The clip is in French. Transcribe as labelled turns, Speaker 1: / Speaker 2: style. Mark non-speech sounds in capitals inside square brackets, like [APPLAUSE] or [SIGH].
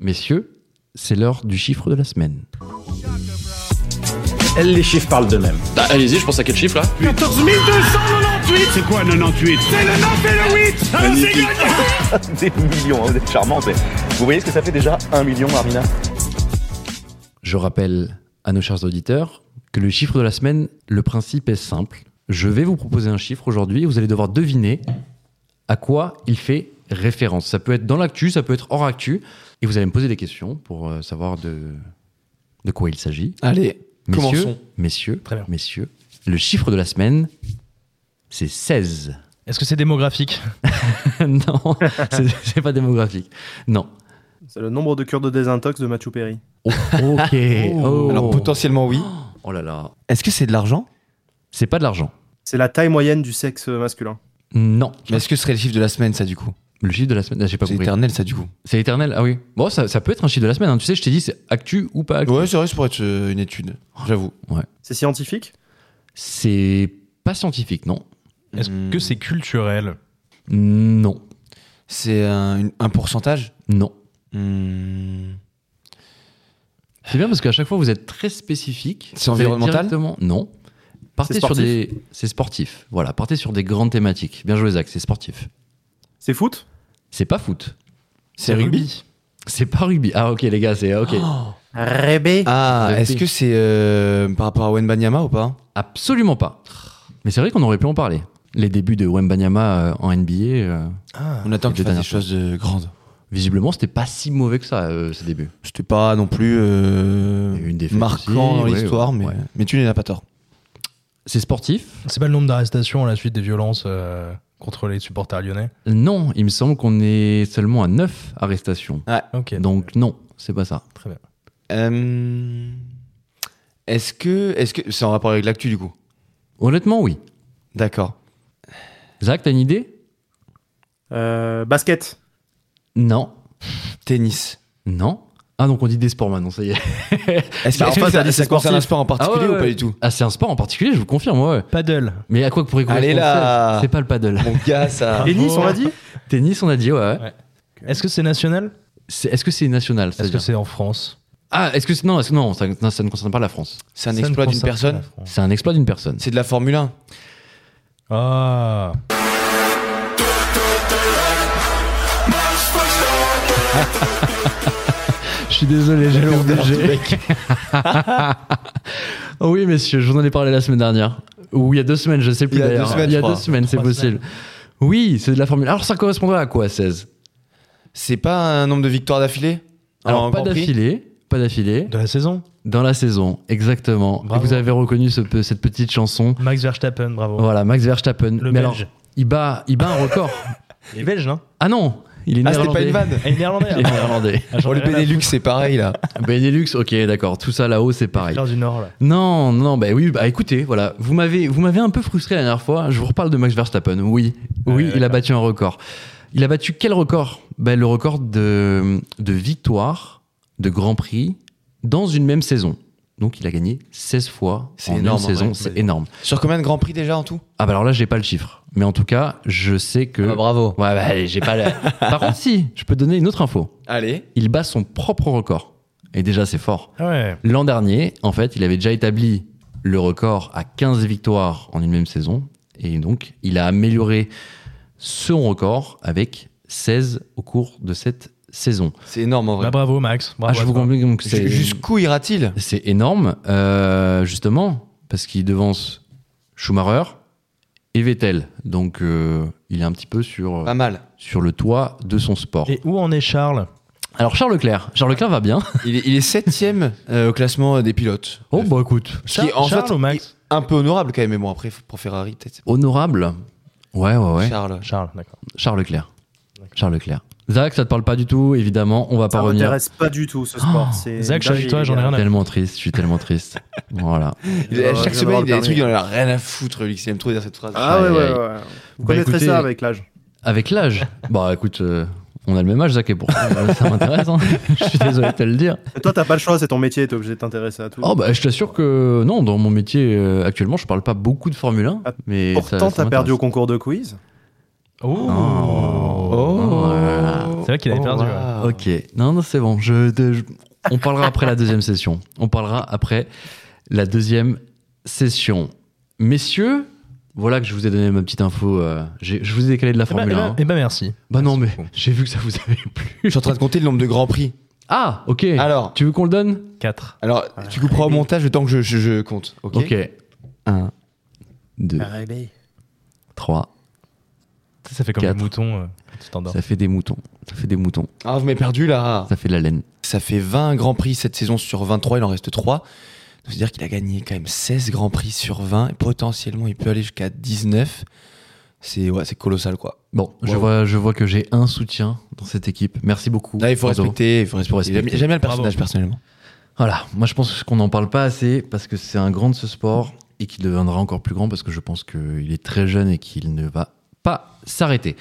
Speaker 1: Messieurs, c'est l'heure du chiffre de la semaine.
Speaker 2: Les chiffres parlent d'eux-mêmes.
Speaker 3: Bah, allez-y, je pense à quel chiffre là
Speaker 4: 14 298
Speaker 5: C'est quoi 98
Speaker 4: C'est le 9 et le 8 Alors c'est gagné
Speaker 2: Des millions, hein, vous êtes charmants. mais Vous voyez ce que ça fait déjà Un million, Armina
Speaker 1: Je rappelle à nos chers auditeurs que le chiffre de la semaine, le principe est simple. Je vais vous proposer un chiffre aujourd'hui et vous allez devoir deviner à quoi il fait référence. Ça peut être dans l'actu, ça peut être hors actu. Et vous allez me poser des questions pour euh, savoir de, de quoi il s'agit.
Speaker 6: Allez,
Speaker 1: Messieurs,
Speaker 6: commençons.
Speaker 1: Messieurs,
Speaker 6: Très bien.
Speaker 1: messieurs, le chiffre de la semaine, c'est 16.
Speaker 7: Est-ce que c'est démographique
Speaker 1: [LAUGHS] non,
Speaker 6: [LAUGHS]
Speaker 1: c'est c'est pas démographique. Non.
Speaker 8: C'est le nombre de cures de désintox de Machu Perry.
Speaker 1: ok. oh.
Speaker 6: Alors potentiellement oui.
Speaker 1: Oh là là.
Speaker 6: Est-ce que c'est
Speaker 1: [GASPS]
Speaker 6: de l'argent
Speaker 1: C'est pas de l'argent.
Speaker 8: C'est la taille moyenne du sexe masculin.
Speaker 1: Non.
Speaker 6: Mais est-ce que ce serait le chiffre de la semaine ça du coup
Speaker 1: Le chiffre de la semaine, ah, j'ai pas
Speaker 6: C'est
Speaker 1: compris.
Speaker 6: éternel ça du coup.
Speaker 1: C'est éternel. Ah oui. Bon, ça, ça peut être un chiffre de la semaine. hein. Tu sais, je t'ai dit, c'est actu ou pas actu.
Speaker 6: Ouais, c'est vrai, ça pourrait être euh, une étude, j'avoue.
Speaker 8: C'est scientifique
Speaker 1: C'est pas scientifique, non.
Speaker 7: Est-ce
Speaker 6: Hmm.
Speaker 7: que c'est culturel
Speaker 1: Non.
Speaker 6: C'est un, une- un pourcentage
Speaker 1: Non.
Speaker 6: Hmm.
Speaker 1: C'est bien parce qu'à chaque fois, vous êtes très spécifique.
Speaker 6: C'est
Speaker 1: Vous allez
Speaker 6: environnemental
Speaker 1: directement- Non. Partez
Speaker 8: C'est
Speaker 1: sur
Speaker 8: sportif
Speaker 1: des. C'est sportif. Voilà. Partez sur des grandes thématiques. Bien joué, Zach. C'est sportif.
Speaker 8: C'est foot
Speaker 1: C'est pas foot.
Speaker 6: C'est rugby Oh.
Speaker 1: C'est pas rugby. Ah, ok, les gars, c'est. Ok.
Speaker 8: Rébé
Speaker 6: Ah,
Speaker 1: Rugby.
Speaker 6: est-ce que c'est euh, par rapport à Wenbanyama ou pas
Speaker 1: Absolument pas. Mais c'est vrai qu'on aurait pu en parler. Les débuts de Wembanyama euh, en NBA, euh,
Speaker 6: On attend
Speaker 1: les deux
Speaker 6: qu'il fasse des
Speaker 1: dernières
Speaker 6: choses euh, grandes.
Speaker 1: visiblement, c'était pas si mauvais que ça, euh, ces débuts.
Speaker 6: C'était pas non plus euh,
Speaker 1: Il y a eu une défaite
Speaker 6: marquant
Speaker 1: aussi,
Speaker 6: dans
Speaker 1: ouais,
Speaker 6: l'histoire,
Speaker 1: ouais,
Speaker 6: mais,
Speaker 1: ouais.
Speaker 6: mais tu n'as pas tort.
Speaker 1: C'est sportif
Speaker 7: C'est pas le nombre d'arrestations à la suite des violences euh, contre les supporters lyonnais
Speaker 1: Non, il me semble qu'on est seulement à 9 arrestations.
Speaker 7: Ok.
Speaker 1: Donc non, c'est pas ça.
Speaker 7: Très bien.
Speaker 6: Euh, est-ce que est-ce que c'est en rapport avec l'actu du coup
Speaker 1: Honnêtement, oui.
Speaker 6: D'accord.
Speaker 1: Zach, t'as une idée
Speaker 8: Euh, Basket
Speaker 1: Non.
Speaker 6: Tennis.
Speaker 1: Non. Ah, donc on dit des sports maintenant, ça y est.
Speaker 6: Est-ce que,
Speaker 8: Bah, en
Speaker 6: est-ce que
Speaker 8: fait,
Speaker 6: ça,
Speaker 8: c'est
Speaker 6: ça concerne
Speaker 8: sportif.
Speaker 6: un sport en particulier
Speaker 1: ouais,
Speaker 6: ou pas
Speaker 1: ouais.
Speaker 6: du tout
Speaker 1: Ah, c'est un sport en particulier, je vous confirme, ouais.
Speaker 7: Paddle.
Speaker 1: Mais à quoi que pourrait correspondre
Speaker 6: Allez
Speaker 1: ça
Speaker 6: là
Speaker 1: C'est pas le
Speaker 6: [LAUGHS]
Speaker 1: paddle.
Speaker 6: Mon gars, ça.
Speaker 7: Et-
Speaker 8: Tennis, on l'a dit
Speaker 1: Tennis, on a dit, ouais. ouais.
Speaker 7: Est-ce que c'est national
Speaker 1: C'est- Est-ce que c'est national
Speaker 7: Est-ce que
Speaker 1: c'est-à-dire
Speaker 7: c'est en France
Speaker 1: Ah, est-ce que c'est... Non, est-ce que- non, ça, non, ça ne concerne pas la France.
Speaker 6: C'est un
Speaker 7: Ça ne
Speaker 6: exploit d'une
Speaker 7: concerne pas la
Speaker 6: personne
Speaker 7: France.
Speaker 1: C'est un exploit d'une personne.
Speaker 6: C'est de la Formule 1.
Speaker 7: Ah
Speaker 1: Je suis désolé, j'ai
Speaker 6: l'odeur
Speaker 1: l'ordre
Speaker 6: du
Speaker 1: [LAUGHS] oui, messieurs, je vous en ai parlé la semaine dernière. Ou il y a deux semaines, je sais plus
Speaker 6: Il y a deux
Speaker 1: d'ailleurs.
Speaker 6: semaines,
Speaker 1: il y a
Speaker 6: je crois.
Speaker 1: deux semaines, c'est
Speaker 7: Trois
Speaker 1: possible. Oui, c'est de la formule. Alors ça correspondrait à quoi, 16
Speaker 6: C'est pas un nombre de victoires d'affilée
Speaker 1: Alors
Speaker 6: En
Speaker 1: pas
Speaker 6: Grand Prix
Speaker 1: d'affilée, pas d'affilée,
Speaker 7: De la saison
Speaker 1: dans la saison, exactement.
Speaker 7: Bravo.
Speaker 1: Et vous avez reconnu ce pe- cette petite chanson.
Speaker 7: Max Verstappen, bravo.
Speaker 1: Voilà, Max Verstappen.
Speaker 7: Le
Speaker 1: Mais
Speaker 7: Belge.
Speaker 1: alors, il bat, il bat un record.
Speaker 7: Il est belge, non
Speaker 1: ah non, il est
Speaker 6: Ah, c'était
Speaker 1: néerlandais.
Speaker 6: pas une vanne.
Speaker 7: Ah, il est néerlandais.
Speaker 1: Il est
Speaker 6: [LAUGHS]
Speaker 1: néerlandais.
Speaker 7: Ah, j'en
Speaker 6: Pour
Speaker 7: ai
Speaker 6: le
Speaker 7: rien à
Speaker 6: Benelux, c'est pareil
Speaker 7: [LAUGHS]
Speaker 6: là.
Speaker 1: Benelux, ok, d'accord. Tout ça là-haut, c'est
Speaker 7: foutre,
Speaker 1: pareil.
Speaker 7: l'heure du Nord, là.
Speaker 1: Non, non, bah oui, bah écoutez, voilà, vous m'avez, vous m'avez un peu frustré la dernière fois. Je vous reparle de Max Verstappen. Oui, oui,
Speaker 7: Ouais,
Speaker 1: il a
Speaker 7: d'accord.
Speaker 1: battu un record. Il a battu quel record Bah, le record de de victoire de Grand Prix dans une même saison. Donc, il a gagné 16 fois
Speaker 6: C'est
Speaker 1: en
Speaker 6: énorme,
Speaker 1: une
Speaker 6: en
Speaker 1: saison.
Speaker 6: vrai.
Speaker 1: C'est énorme.
Speaker 6: Sur combien de Grands Prix déjà en tout
Speaker 1: Ah bah alors là, j'ai pas le chiffre, mais en tout cas, je sais que.
Speaker 6: Ah, Bravo.
Speaker 1: ouais, bah allez, j'ai
Speaker 6: [LAUGHS]
Speaker 1: pas. la- Par contre, si, je peux donner une autre info.
Speaker 6: Allez.
Speaker 1: Il bat son propre record. Et déjà, c'est fort.
Speaker 7: Ah ouais.
Speaker 1: L'an dernier, en fait, il avait déjà établi le record à 15 victoires en une même saison. Et donc, il a amélioré son record avec 16 au cours de cette saison.
Speaker 6: C'est énorme en vrai.
Speaker 7: Bah, bravo, Max.
Speaker 1: Ah,
Speaker 7: Bravo
Speaker 1: je
Speaker 7: à
Speaker 1: vous
Speaker 7: toi.
Speaker 1: confirme que
Speaker 6: Ju-
Speaker 1: c'est
Speaker 6: Jusqu'où ira-t-il
Speaker 1: c'est énorme, euh, justement, parce qu'il devance Schumacher et Vettel. Donc, euh, il est un petit peu sur,
Speaker 6: Pas mal.
Speaker 1: sur le toit de son sport.
Speaker 7: Et où en est Charles
Speaker 1: Alors, Charles Leclerc. Charles Leclerc va bien.
Speaker 6: Il est, il est septième euh, au classement des pilotes.
Speaker 1: Oh, bah écoute.
Speaker 6: Ce
Speaker 7: Char-
Speaker 6: qui est, en
Speaker 7: Charles
Speaker 6: fait
Speaker 7: ou Max
Speaker 6: un peu honorable quand même. Mais bon, après, pour Ferrari, peut-être.
Speaker 1: Honorable. Ouais, ouais, ouais.
Speaker 6: Charles.
Speaker 7: Charles, d'accord.
Speaker 1: Charles Leclerc. Charles Leclerc. Zach, ça te parle pas du tout, évidemment. On va pas
Speaker 8: Ça
Speaker 1: revenir.
Speaker 8: m'intéresse pas du tout ce sport. C'est
Speaker 7: Oh, Zach, je suis avec toi, j'en ai rien à
Speaker 1: Tellement triste, je suis tellement triste. voilà.
Speaker 6: Il- à
Speaker 8: Ouais,
Speaker 6: chaque
Speaker 8: je
Speaker 6: semaine,
Speaker 8: viens
Speaker 6: il y a
Speaker 8: d'avoir
Speaker 6: des trucs,
Speaker 8: le
Speaker 6: il en a rien à foutre, lui, il aime trop dire cette phrase.
Speaker 8: Ah ouais,
Speaker 1: Aïe,
Speaker 8: ouais,
Speaker 1: aïe.
Speaker 8: ouais. Vous
Speaker 1: Bah,
Speaker 8: connaîtrez
Speaker 1: écoutez-
Speaker 8: ça avec l'âge.
Speaker 1: Avec l'âge. bah écoute, euh, on a le même âge, Zach, et pour ça, ça m'intéresse. hein. je suis désolé de te le dire.
Speaker 8: Et Toi, t'as pas le choix, c'est ton métier, t'es obligé de t'intéresser à tout.
Speaker 1: Oh bah je t'assure que non, dans mon métier euh, actuellement, je parle pas beaucoup de Formule 1.
Speaker 8: Ah,
Speaker 1: Mais ça-
Speaker 8: Pourtant,
Speaker 1: ça
Speaker 8: t'as perdu au
Speaker 1: m'intéresse.
Speaker 8: concours de quiz.
Speaker 7: Oh,
Speaker 1: Oh.
Speaker 7: C'est vrai dirait qu'il avait
Speaker 6: Oh,
Speaker 7: perdu. ouais.
Speaker 6: waouh.
Speaker 1: Ok, non, non, c'est bon. Je, te- je- on parlera après la deuxième session. On parlera après la deuxième session. Messieurs, voilà que je vous ai donné ma petite info. euh, j'ai- je vous ai décalé de la
Speaker 7: Eh ben,
Speaker 1: Formule
Speaker 7: eh
Speaker 1: 1.
Speaker 7: ben-
Speaker 1: hein.
Speaker 7: eh ben, merci.
Speaker 1: Bah non, mais
Speaker 7: c'est bon.
Speaker 1: j'ai vu que ça vous avait
Speaker 6: Je
Speaker 1: plu.
Speaker 6: suis en train de compter le nombre de grands prix.
Speaker 1: Ah, ok.
Speaker 6: Alors,
Speaker 1: tu veux qu'on le donne
Speaker 7: 4.
Speaker 6: alors tu couperas au montage le temps que je, je- je compte. Ah, Ok.
Speaker 1: Ok. 1, 2,
Speaker 7: Ah.
Speaker 8: Rébé.
Speaker 1: 3.
Speaker 7: Ça, ça fait comme le
Speaker 1: Quatre.
Speaker 7: mouton euh, quand tu t'endors.
Speaker 1: Ça fait des moutons. Ça fait des moutons.
Speaker 6: Ah, vous m'avez perdu là.
Speaker 1: Ça fait de la laine.
Speaker 6: Ça fait 20 grands prix cette saison sur 23, il en reste 3. C'est-à-dire qu'il a gagné quand même 16 grands prix sur 20 et potentiellement il peut aller jusqu'à 19. C'est ouais, c'est colossal quoi.
Speaker 1: Bon, je,
Speaker 6: Wow.
Speaker 1: vois, je vois que j'ai un soutien dans cette équipe. Merci beaucoup.
Speaker 6: Là, il faut
Speaker 1: Pardon.
Speaker 6: respecter, il faut
Speaker 1: Faut
Speaker 6: respecter.
Speaker 1: respecter.
Speaker 6: J'aime- J'aime bien le personnage
Speaker 7: Bravo.
Speaker 6: personnellement.
Speaker 1: Voilà, moi je pense qu'on n'en parle pas assez parce que c'est un grand de ce sport et qu'il deviendra encore plus grand parce que je pense qu'il est très jeune et qu'il ne va pas s'arrêter.